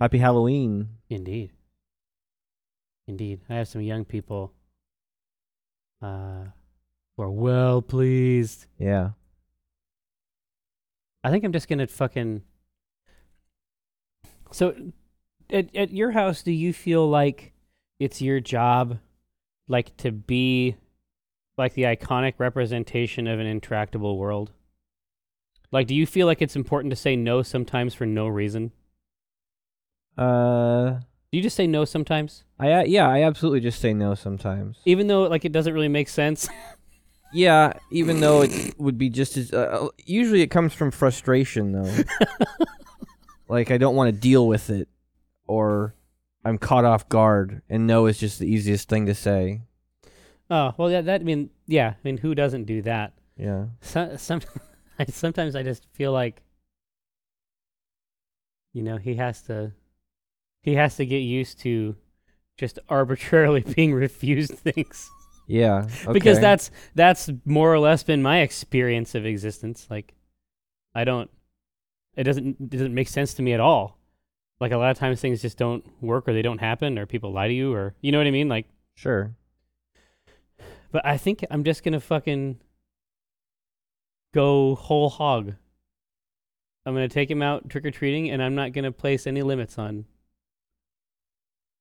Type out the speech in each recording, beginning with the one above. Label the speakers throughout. Speaker 1: Happy Halloween.
Speaker 2: Indeed. Indeed. I have some young people uh, who are well pleased.
Speaker 1: Yeah.
Speaker 2: I think I'm just going to fucking. So at, at your house, do you feel like it's your job, like, to be like the iconic representation of an intractable world? Like, do you feel like it's important to say no sometimes for no reason?
Speaker 1: Uh,
Speaker 2: Do you just say no sometimes?
Speaker 1: I a- yeah, I absolutely just say no sometimes.
Speaker 2: Even though, like, it doesn't really make sense?
Speaker 1: Yeah, even though it would be just as uh, usually it comes from frustration though. like I don't want to deal with it or I'm caught off guard and no is just the easiest thing to say.
Speaker 2: oh, well, yeah, that, I mean, yeah, I mean, who doesn't do that?
Speaker 1: Yeah.
Speaker 2: some, some I, sometimes I just feel like you know he has to he has to get used to just arbitrarily being refused things
Speaker 1: Yeah.
Speaker 2: because
Speaker 1: okay.
Speaker 2: that's that's more or less been my experience of existence like I don't it doesn't it doesn't make sense to me at all like a lot of times things just don't work or they don't happen or people lie to you or you know what I mean like
Speaker 1: sure.
Speaker 2: but I think I'm just gonna fucking go whole hog. I'm gonna take him out trick or treating, and I'm not gonna place any limits on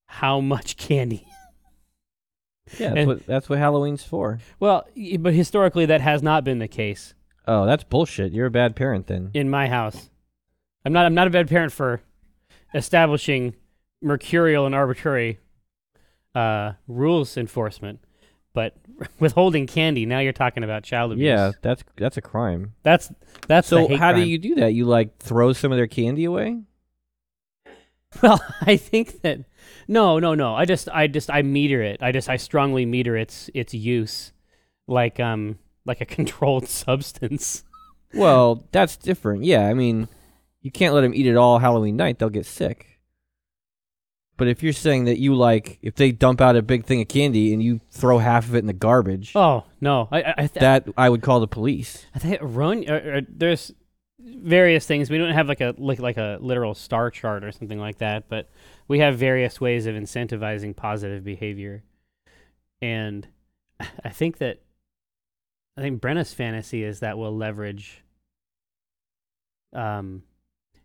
Speaker 2: how much candy.
Speaker 1: Yeah, that's
Speaker 2: And-
Speaker 1: what that's what Halloween's for.
Speaker 2: Well, y- but historically that has not been the case
Speaker 1: Oh, that's bullshit. You're a bad parent then.
Speaker 2: in my house. I'm not. I'm not a bad parent for establishing mercurial and arbitrary uh, rules enforcement, but withholding candy. Now you're talking about child abuse.
Speaker 1: Yeah, that's that's a crime.
Speaker 2: that's that's the
Speaker 1: So
Speaker 2: hate
Speaker 1: how
Speaker 2: crime.
Speaker 1: do you do that? You like throw some of their candy away?
Speaker 2: Well, I think that no, no, no. I just, I just, I meter it. I just, I strongly meter its its use, like um, like a controlled substance.
Speaker 1: Well, that's different. Yeah, I mean, you can't let them eat it all Halloween night; they'll get sick. But if you're saying that you like, if they dump out a big thing of candy and you throw half of it in the garbage,
Speaker 2: Oh no, I, I, I, th-
Speaker 1: that I would call the police.
Speaker 2: I think run. Uh, uh, there's various things. We don't have like a like like a literal star chart or something like that, but we have various ways of incentivizing positive behavior, and I think that I think Brenna's fantasy is that we'll leverage, um,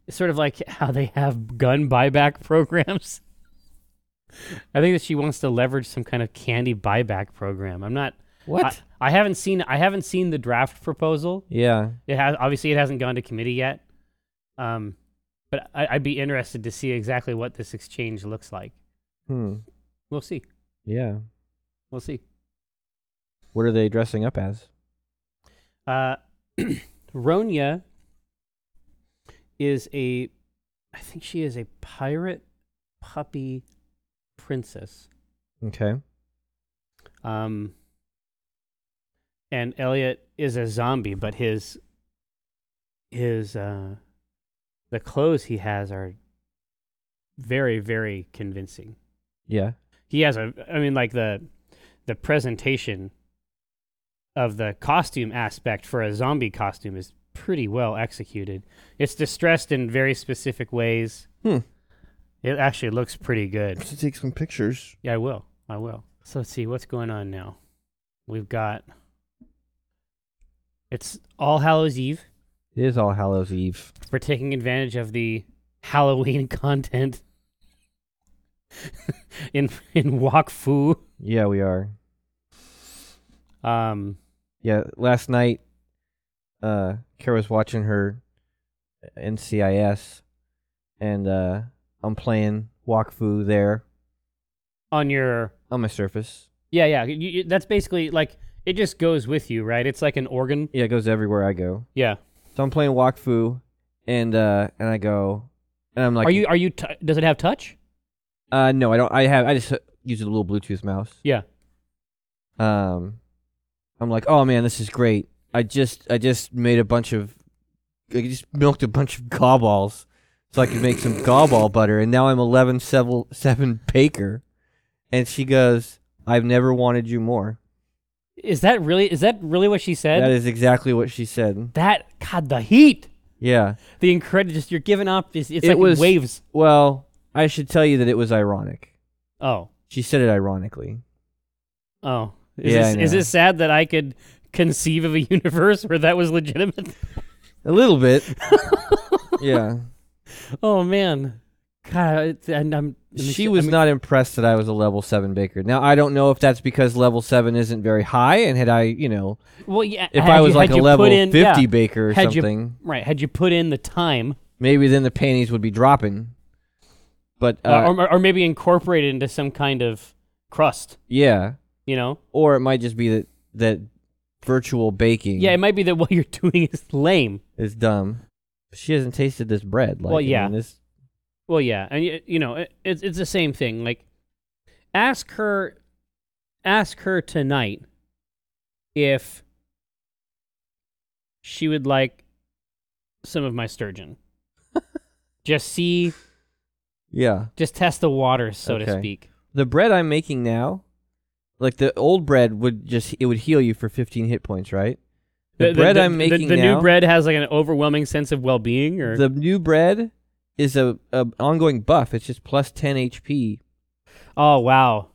Speaker 2: it's sort of like how they have gun buyback programs. I think that she wants to leverage some kind of candy buyback program. I'm not.
Speaker 1: What?
Speaker 2: I, I haven't seen. I haven't seen the draft proposal.
Speaker 1: yeah,
Speaker 2: It has obviously it hasn't gone to committee yet, um, but I, I'd be interested to see exactly what this exchange looks like.
Speaker 1: hmm,
Speaker 2: We'll see.
Speaker 1: yeah.
Speaker 2: We'll see.
Speaker 1: What are they dressing up as?
Speaker 2: Uh, Ronya is a, I think she is a pirate puppy princess.
Speaker 1: Okay,
Speaker 2: Um, and Elliot is a zombie, but his his uh, the clothes he has are very very convincing.
Speaker 1: yeah,
Speaker 2: he has a i mean like the the presentation of the costume aspect for a zombie costume is pretty well executed it's distressed in very specific ways
Speaker 1: Hmm.
Speaker 2: it actually looks pretty good
Speaker 1: to take some pictures.
Speaker 2: yeah i will i will so let's see what's going on now we've got it's all hallows eve
Speaker 1: It is All Hallows Eve.
Speaker 2: we're taking advantage of the halloween content in in wok fu
Speaker 1: Yeah, we are.
Speaker 2: um
Speaker 1: Yeah, last night, uh, Kara was watching her NCIS, and uh, I'm playing Wakfu there
Speaker 2: on your
Speaker 1: on my Surface.
Speaker 2: yeah yeah you, you- that's basically like it just goes with you right it's like an organ
Speaker 1: Yeah, it goes everywhere I go.
Speaker 2: yeah
Speaker 1: So I'm playing Wakfu, and uh, and I go, and I'm like,
Speaker 2: are you are you t- does it have touch
Speaker 1: Uh, no, I don't. I have. I just uh, use a little Bluetooth mouse.
Speaker 2: Yeah.
Speaker 1: Um, I'm like, oh man, this is great. I just, I just made a bunch of, I just milked a bunch of gobballs, so I could make some gobball butter, and now I'm eleven seven seven baker. And she goes, I've never wanted you more.
Speaker 2: is that really is that really what she said
Speaker 1: That is exactly what she said.
Speaker 2: that god the heat
Speaker 1: Yeah.
Speaker 2: the incredible just you're giving up it's, it's
Speaker 1: It
Speaker 2: like
Speaker 1: was-
Speaker 2: waves
Speaker 1: Well, I should tell you that it was ironic.
Speaker 2: Oh,
Speaker 1: She said it ironically.
Speaker 2: oh. Is,
Speaker 1: Yeah, I
Speaker 2: this, is
Speaker 1: know.
Speaker 2: this sad that I could conceive of a universe where that was legitimate?
Speaker 1: A little bit. yeah.
Speaker 2: Oh man, God, it's, and I'm. I'm
Speaker 1: She
Speaker 2: sh-
Speaker 1: was
Speaker 2: I'm-
Speaker 1: not impressed that I was a level 7 baker. Now, I don't know if that's because level 7 isn't very high and had I, you know,
Speaker 2: Well, yeah.
Speaker 1: if
Speaker 2: had
Speaker 1: I was
Speaker 2: you,
Speaker 1: like
Speaker 2: had
Speaker 1: a
Speaker 2: you
Speaker 1: level
Speaker 2: put in,
Speaker 1: 50
Speaker 2: yeah,
Speaker 1: baker or
Speaker 2: Had you-
Speaker 1: something,
Speaker 2: right? Had you put in the time,
Speaker 1: maybe then the panties would be dropping. But uh,
Speaker 2: uh, or or maybe incorporate it into some kind of crust,
Speaker 1: yeah,
Speaker 2: you know?
Speaker 1: or it might just be that that virtual baking
Speaker 2: Yeah, it might be that what you're doing is lame.
Speaker 1: is dumb. She hasn't tasted this bread. Like, I
Speaker 2: Well,
Speaker 1: mean,
Speaker 2: yeah.
Speaker 1: this
Speaker 2: Well, yeah, and y- you know, it, it's it's the same thing. Like, ask her, ask her tonight if she would like some of my sturgeon. just see,
Speaker 1: yeah.
Speaker 2: just test the waters, so to
Speaker 1: Okay.
Speaker 2: speak.
Speaker 1: the bread I'm making now, like the old bread would just it would heal you for 15 hit points, right? The, bread I'm
Speaker 2: the-
Speaker 1: making
Speaker 2: the,
Speaker 1: now,
Speaker 2: new bread has like an overwhelming sense of well-being, or
Speaker 1: the new bread is a, a ongoing buff. It's just plus 10 HP.
Speaker 2: oh wow,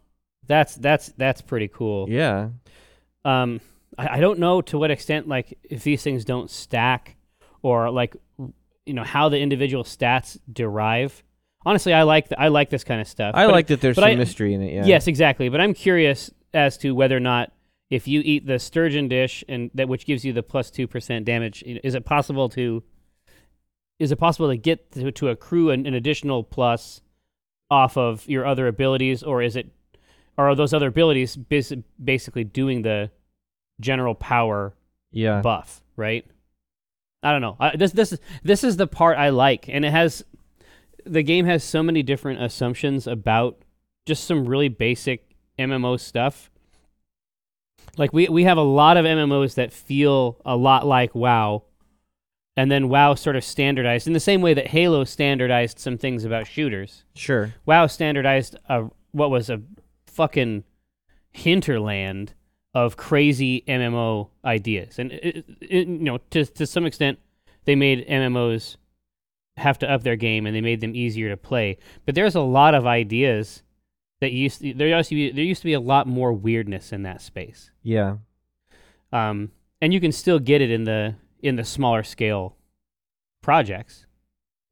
Speaker 2: that's that's that's pretty cool.
Speaker 1: Yeah,
Speaker 2: um I, I don't know to what extent like if these things don't stack or like w- you know how the individual stats derive honestly i like th- i like this kind of stuff
Speaker 1: I
Speaker 2: but-
Speaker 1: like that. There's
Speaker 2: but
Speaker 1: some
Speaker 2: I-
Speaker 1: mystery in it. Yeah.
Speaker 2: yes exactly but i'm curious as to whether or not if you eat the sturgeon dish and that which gives you the plus 2% damage you know, is it possible to is it possible to get to, to accrue an, an additional plus off of your other abilities or is it or are those other abilities bas- basically doing the general power
Speaker 1: Yeah.
Speaker 2: buff, right? I don't know. I, this this is this is the part I like, and it has the game has so many different assumptions about just some really basic MMO stuff. Like we we have a lot of MMOs that feel a lot like WoW, and then WoW sort of standardized in the same way that Halo standardized some things about shooters.
Speaker 1: sure.
Speaker 2: WoW standardized a, what was a fucking hinterland of crazy MMO ideas, and it, it- it- you know, to to some extent, they made MMOs have to up their game, and they made them easier to play. But there's a lot of ideas that used to, there used to be there used to be a lot more weirdness in that space
Speaker 1: Yeah.
Speaker 2: um, and you can still get it in the in the smaller scale projects.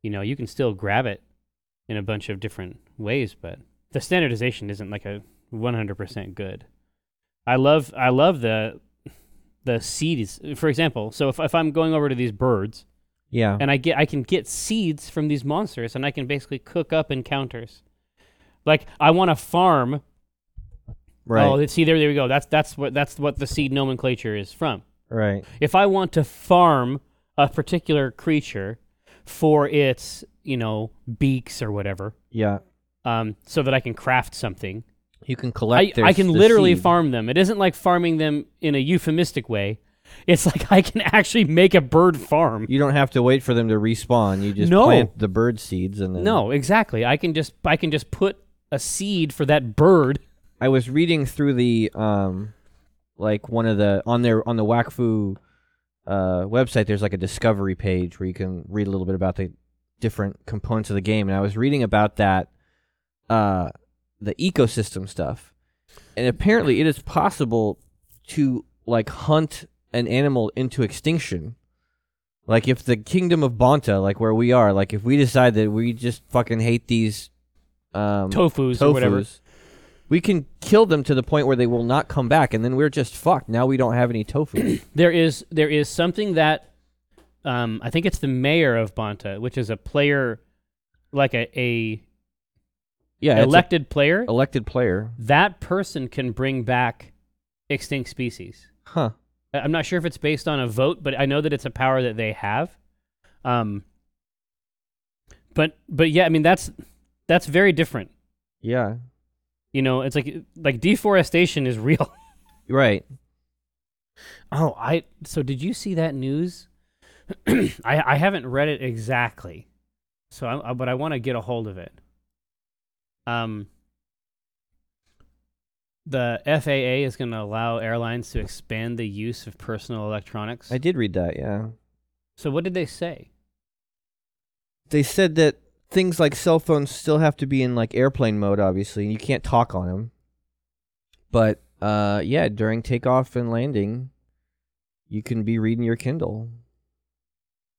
Speaker 2: You know, you can still grab it in a bunch of different ways, but the standardization isn't like a 100% good. I love I love the the seeds. For example, so if if I'm going over to these birds
Speaker 1: Yeah.
Speaker 2: and I get I can get seeds from these monsters and I can basically cook up encounters. Like I want to farm.
Speaker 1: right.
Speaker 2: Oh, see there there we go. That's that's what that's what the seed nomenclature is from
Speaker 1: right.
Speaker 2: if I want to farm a particular creature for its, you know, beaks or whatever,
Speaker 1: Yeah.
Speaker 2: um, so that I can craft something,
Speaker 1: You can
Speaker 2: I,
Speaker 1: collect. their
Speaker 2: I
Speaker 1: s-
Speaker 2: can
Speaker 1: the
Speaker 2: literally
Speaker 1: seed.
Speaker 2: farm them. It isn't like farming them in a euphemistic way. It's like I can actually make a bird farm.
Speaker 1: You don't have to wait for them to respawn. You just
Speaker 2: No.
Speaker 1: plant the bird seeds and then.
Speaker 2: No, exactly. I can just I can just put a seed for that bird.
Speaker 1: I was reading through the um like one of the on their on the WACFU uh website there's like a discovery page where you can read a little bit about the different components of the game and I was reading about that uh the ecosystem stuff. And apparently it is possible to like hunt an animal into extinction. Like if the kingdom of Bonta, like where we are, like if we decide that we just fucking hate these um
Speaker 2: Tofu's or whatever.
Speaker 1: tofus, We can kill them to the point where they will not come back, and then we're just fucked. Now we don't have any tofu.
Speaker 2: There is there is something that um, I think it's the mayor of Bonta, which is a player like a, a
Speaker 1: yeah, it's a
Speaker 2: elected player.
Speaker 1: elected player,
Speaker 2: that person can bring back extinct species.
Speaker 1: huh?
Speaker 2: I- I'm not sure if it's based on a vote, but I know that it's a power that they have. Um, but but yeah, I mean that's that's very different.
Speaker 1: Yeah,
Speaker 2: You know, it's like like deforestation is real.
Speaker 1: right.
Speaker 2: Oh, I so did you see that news? I I haven't read it exactly, so I, I- but I want to get a hold of it. Um, the FAA is going to allow airlines to expand the use of personal electronics.
Speaker 1: I did read that. Yeah,
Speaker 2: so what did they say?
Speaker 1: they said that things like cell phones still have to be in like airplane mode, obviously, and you can't talk on them. But uh, yeah, during takeoff and landing, you can be reading your Kindle.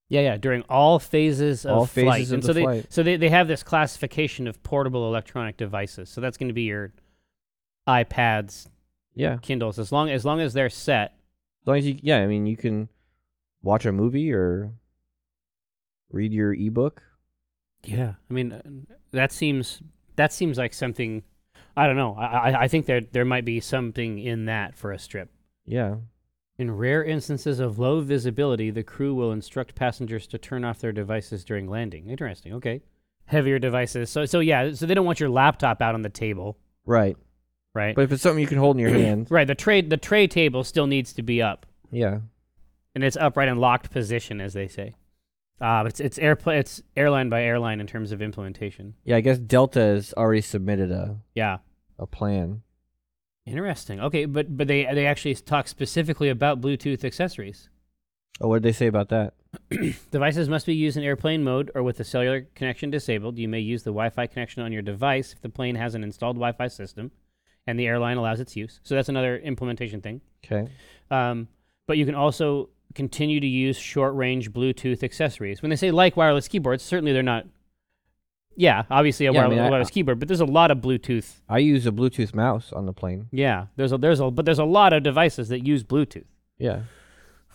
Speaker 2: Yeah, yeah. During all phases of
Speaker 1: All phases
Speaker 2: flight,
Speaker 1: of
Speaker 2: and
Speaker 1: the
Speaker 2: so they
Speaker 1: flight.
Speaker 2: so they, they have this classification of portable electronic devices. So that's going to be your iPads,
Speaker 1: Yeah,
Speaker 2: Kindles, as long as long as they're set.
Speaker 1: as long as you, yeah, I mean, you can watch a movie or read your ebook.
Speaker 2: Yeah, I mean uh, that seems that seems like something. I don't know. I I, I think there there might be something in that for a strip.
Speaker 1: Yeah,
Speaker 2: In rare instances of low visibility, the crew will instruct passengers to turn off their devices during landing. Interesting. Okay. Heavier devices. So so yeah, so they don't want your laptop out on the table,
Speaker 1: right.
Speaker 2: right?
Speaker 1: But if it's something you can hold in your hand,
Speaker 2: right, the tray the tray table still needs to be up.
Speaker 1: yeah,
Speaker 2: And it's upright and locked position as they say. Uh, but it's it's airplane it's airline by airline in terms of implementation.
Speaker 1: yeah. I guess Delta has already submitted a
Speaker 2: Yeah.
Speaker 1: a plan.
Speaker 2: Interesting. Okay, but but they they actually talk specifically about Bluetooth accessories.
Speaker 1: Oh, what did they say about that?
Speaker 2: Devices must be used in airplane mode or with the cellular connection disabled. You may use the Wi Fi connection on your device if the plane has an installed Wi Fi system and the airline allows its use. So that's another implementation thing.
Speaker 1: Okay.
Speaker 2: Um, but you can also continue to use short range Bluetooth accessories. When they say like wireless keyboards, certainly they're not. Yeah, obviously a
Speaker 1: Yeah, I
Speaker 2: wireless,
Speaker 1: mean, I-
Speaker 2: wireless keyboard, but there's a lot of Bluetooth.
Speaker 1: I use a Bluetooth mouse on the plane.
Speaker 2: Yeah, there's a there's a but there's a lot of devices that use Bluetooth.
Speaker 1: Yeah.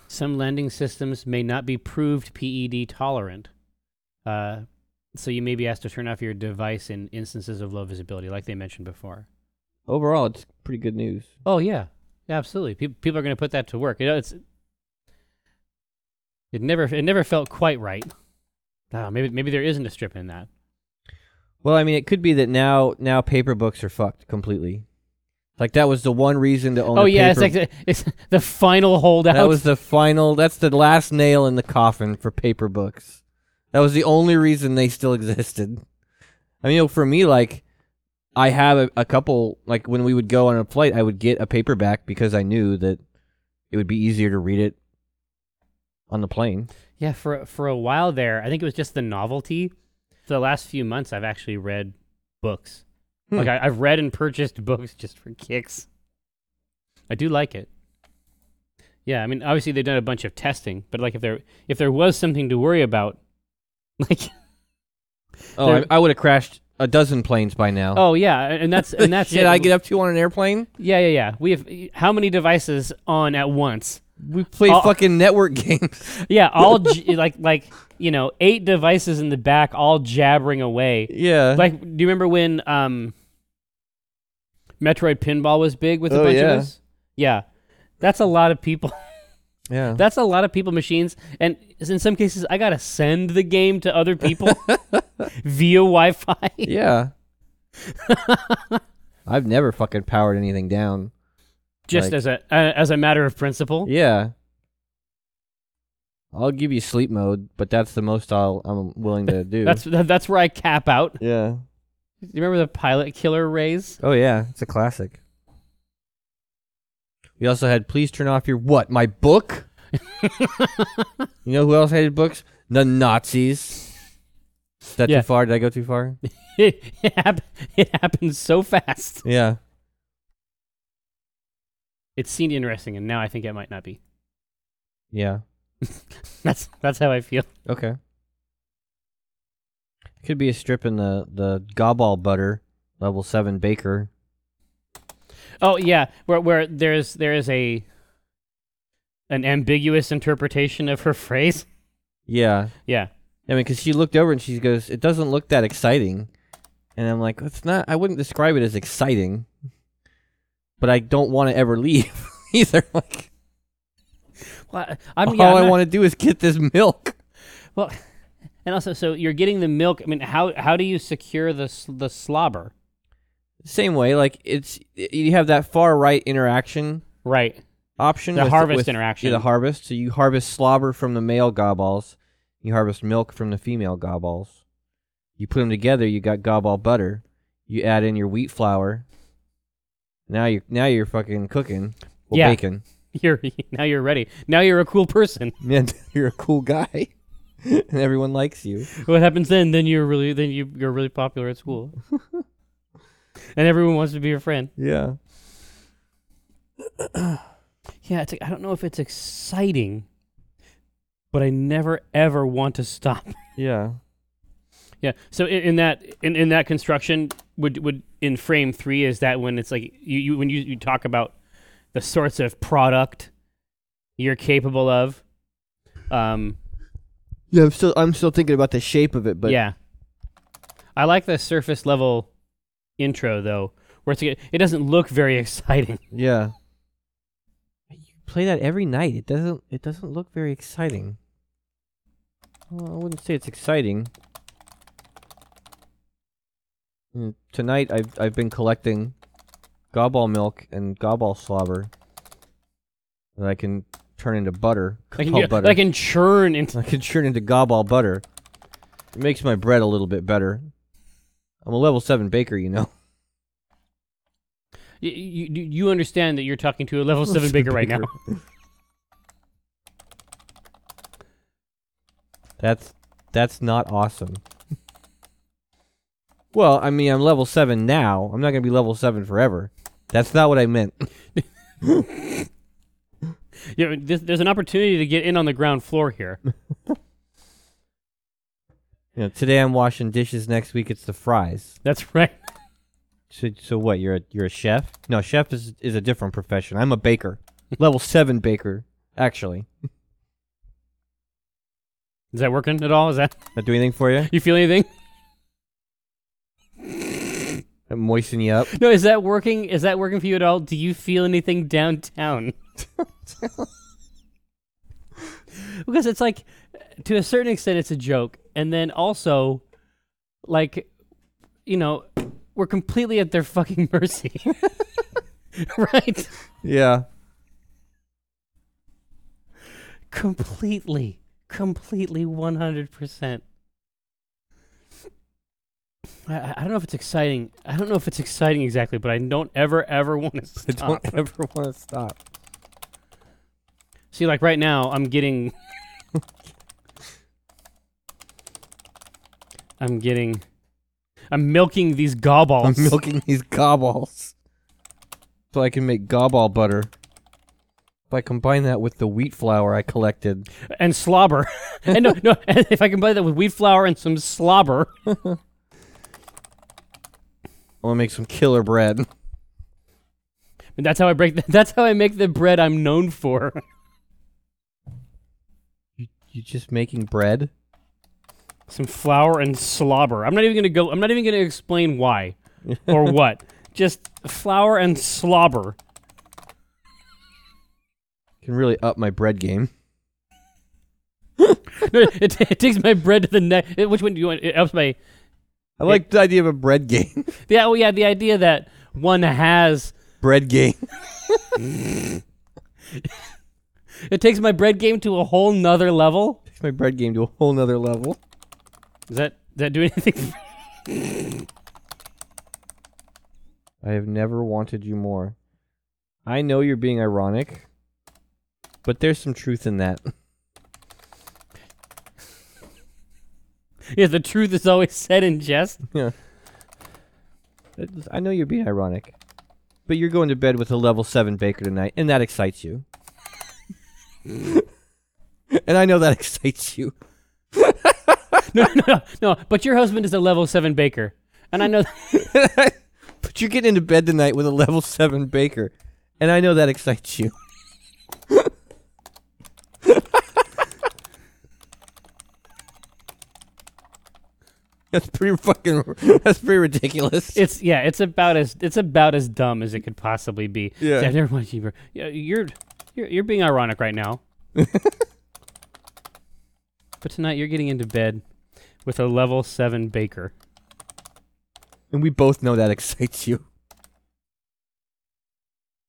Speaker 2: Some landing systems may not be proved PED tolerant, uh, so you may be asked to turn off your device in instances of low visibility, like they mentioned before.
Speaker 1: Overall, it's pretty good news.
Speaker 2: Oh yeah, absolutely. Peop people are going to put that to work. You know, it's it never it never felt quite right. Ah, maybe maybe there isn't a strip in that.
Speaker 1: Well, I mean, it could be that now now paper books are fucked completely. Like that was the one reason to own.
Speaker 2: oh
Speaker 1: a
Speaker 2: yeah, it's
Speaker 1: paper-
Speaker 2: like the, it's the final holdout.
Speaker 1: that was the final. That's the last nail in the coffin for paper books. That was the only reason they still existed. I mean, for me, like I have a, a couple. Like when we would go on a flight, I would get a paperback because I knew that it would be easier to read it on the plane.
Speaker 2: Yeah, for for a while there, I think it was just the novelty. For the last few months, I've actually read books.
Speaker 1: Hmm.
Speaker 2: Like I, I've read and purchased books just for kicks. I do like it. Yeah, I mean, obviously they've done a bunch of testing, but like if there if there was something to worry about, like
Speaker 1: Oh, I,
Speaker 2: There-
Speaker 1: I would have crashed a dozen planes by now.
Speaker 2: oh yeah, and that's
Speaker 1: The
Speaker 2: and that's
Speaker 1: shit
Speaker 2: it.
Speaker 1: I get up to on an airplane.
Speaker 2: yeah, yeah, yeah. We have how many devices on at once?
Speaker 1: We play
Speaker 2: Oh.
Speaker 1: fucking network games.
Speaker 2: Yeah, all j- like like you know eight devices in the back, all jabbering away.
Speaker 1: yeah.
Speaker 2: like do you remember when um metroid pinball was big with a
Speaker 1: Oh,
Speaker 2: bunch
Speaker 1: yeah.
Speaker 2: of us yeah that's a lot of people
Speaker 1: yeah.
Speaker 2: that's a lot of people machines and in some cases i gotta send the game to other people via wi-fi
Speaker 1: yeah. I've never fucking powered anything down.
Speaker 2: just
Speaker 1: Like-
Speaker 2: as a uh, as a matter of principle
Speaker 1: Yeah. I'll give you sleep mode, but that's the most I'll I'm willing to do.
Speaker 2: that's that, that's where i cap out
Speaker 1: yeah.
Speaker 2: you remember the pilot killer rays
Speaker 1: Oh yeah, it's a classic. We also had please turn off your what? My book? you know who else hated books? The Nazis. Is that
Speaker 2: Yeah.
Speaker 1: too far? Did I go too far?
Speaker 2: it, hap- it happened so fast
Speaker 1: yeah.
Speaker 2: it seemed interesting and now i think it might not be
Speaker 1: Yeah.
Speaker 2: that's that's how i feel
Speaker 1: Okay. Could be a strip in the the gobble butter level seven baker.
Speaker 2: Oh yeah, where where there's there is a an ambiguous interpretation of her phrase.
Speaker 1: Yeah,
Speaker 2: Yeah,
Speaker 1: I mean, because she looked over and she goes, "It doesn't look that exciting," and I'm like, "It's not. I wouldn't describe it as exciting, but I don't want to ever leave either. Like,
Speaker 2: well, I- I'm,
Speaker 1: all
Speaker 2: yeah, I'm
Speaker 1: Oh, I
Speaker 2: not-
Speaker 1: want to do is get this milk."
Speaker 2: And also, so you're getting the milk. I mean, how how do you secure the s- the slobber?
Speaker 1: Same way, like it's y- you have that far right interaction
Speaker 2: Right.
Speaker 1: option,
Speaker 2: The
Speaker 1: with-
Speaker 2: harvest
Speaker 1: with-
Speaker 2: interaction.
Speaker 1: yeah, the harvest. So you harvest slobber from the male gobbles, you harvest milk from the female gobbles. You put them together, you got gobble butter. You add in your wheat flour. Now you now you're fucking cooking, well,
Speaker 2: Yeah.
Speaker 1: baking.
Speaker 2: You're now you're ready. Now you're a cool person.
Speaker 1: Man, you're a cool guy. and everyone likes you.
Speaker 2: what happens then? Then you're really then you you're really popular at school, and everyone wants to be your friend.
Speaker 1: Yeah.
Speaker 2: Yeah, it's, I don't know if it's exciting, but I never ever want to stop.
Speaker 1: Yeah.
Speaker 2: Yeah. So in, in that in, in that construction would would in frame three is that when it's like you, you when you, you talk about the sorts of product you're capable of. Um.
Speaker 1: Yeah, I'm still I'm still thinking about the shape of it, but
Speaker 2: yeah, I like the surface level intro though, where it's like, it doesn't look very exciting.
Speaker 1: yeah. You play that every night. It doesn't it doesn't look very exciting. Well, I wouldn't say it's exciting. Mm, Tonight I've I've been collecting gobble milk and gobble slobber that I can turn into butter.
Speaker 2: I can,
Speaker 1: Gobble
Speaker 2: do-
Speaker 1: butter.
Speaker 2: I can churn into.
Speaker 1: I can turn into gobble butter. It makes my bread a little bit better. I'm a level seven baker, you know.
Speaker 2: You, you, you understand that you're talking to a level seven baker right now.
Speaker 1: That's that's not awesome. well, I mean, I'm level seven now. I'm not gonna be level seven forever. That's not what I meant.
Speaker 2: You know, this, there's an opportunity to get in on the ground floor here.
Speaker 1: You know, today I'm washing dishes. Next week it's the fries.
Speaker 2: That's right.
Speaker 1: So, so what? You're a you're a chef? No, chef is is a different profession. I'm a baker, level seven baker. Actually,
Speaker 2: Is that working at all? Is that
Speaker 1: that do anything for you?
Speaker 2: you feel anything?
Speaker 1: That moisten you up?
Speaker 2: No, is that working? Is that working for you at all? Do you feel anything downtown? because it's like, to a certain extent, it's a joke, and then also, like, you know, we're completely at their fucking mercy, right?
Speaker 1: Yeah.
Speaker 2: Completely, completely, one hundred percent. I I don't know if it's exciting. I don't know if it's exciting exactly, but I don't ever, ever want to
Speaker 1: I
Speaker 2: stop.
Speaker 1: don't ever want to stop.
Speaker 2: See, like right now, I'm getting. I'm getting. I'm milking these
Speaker 1: I'm
Speaker 2: gobballs.
Speaker 1: milking these gobbles so I can make gobball butter. If I combine that with the wheat flour I collected,
Speaker 2: and slobber. and no, no, if I combine that with wheat flour and some slobber.
Speaker 1: I'm gonna make some killer bread.
Speaker 2: And that's how I break. The, that's how I make the bread I'm known for.
Speaker 1: You just making bread?
Speaker 2: some flour and slobber. I'm not even gonna go. I'm not even gonna explain why or what. Just flour and slobber.
Speaker 1: Can really up my bread game.
Speaker 2: No, it, ta- it takes my bread to the next. Which one do you want? It ups my
Speaker 1: I like the idea of a bread game.
Speaker 2: Yeah, well, yeah, the idea that one has
Speaker 1: bread game.
Speaker 2: it takes my bread game to a whole nother level.
Speaker 1: Takes my bread game to a whole nother level.
Speaker 2: Does that does that do anything?
Speaker 1: I have never wanted you more. I know you're being ironic, but there's some truth in that.
Speaker 2: yeah, the truth is always said in jest.
Speaker 1: It's- I know you're being ironic, but you're going to bed with a level seven baker tonight, and that excites you. and I know that excites you.
Speaker 2: No, no, no, no. But your husband is a level seven baker, and I know.
Speaker 1: but you're getting into bed tonight with a level seven baker, and I know that excites you. that's pretty fucking. That's pretty ridiculous.
Speaker 2: It's yeah, it's about as it's about as dumb as it could possibly be.
Speaker 1: Yeah.
Speaker 2: I've never watched you. bro. Yeah, you're you're you're being ironic right now. but tonight you're getting into bed with a level seven baker.
Speaker 1: And we both know that excites you.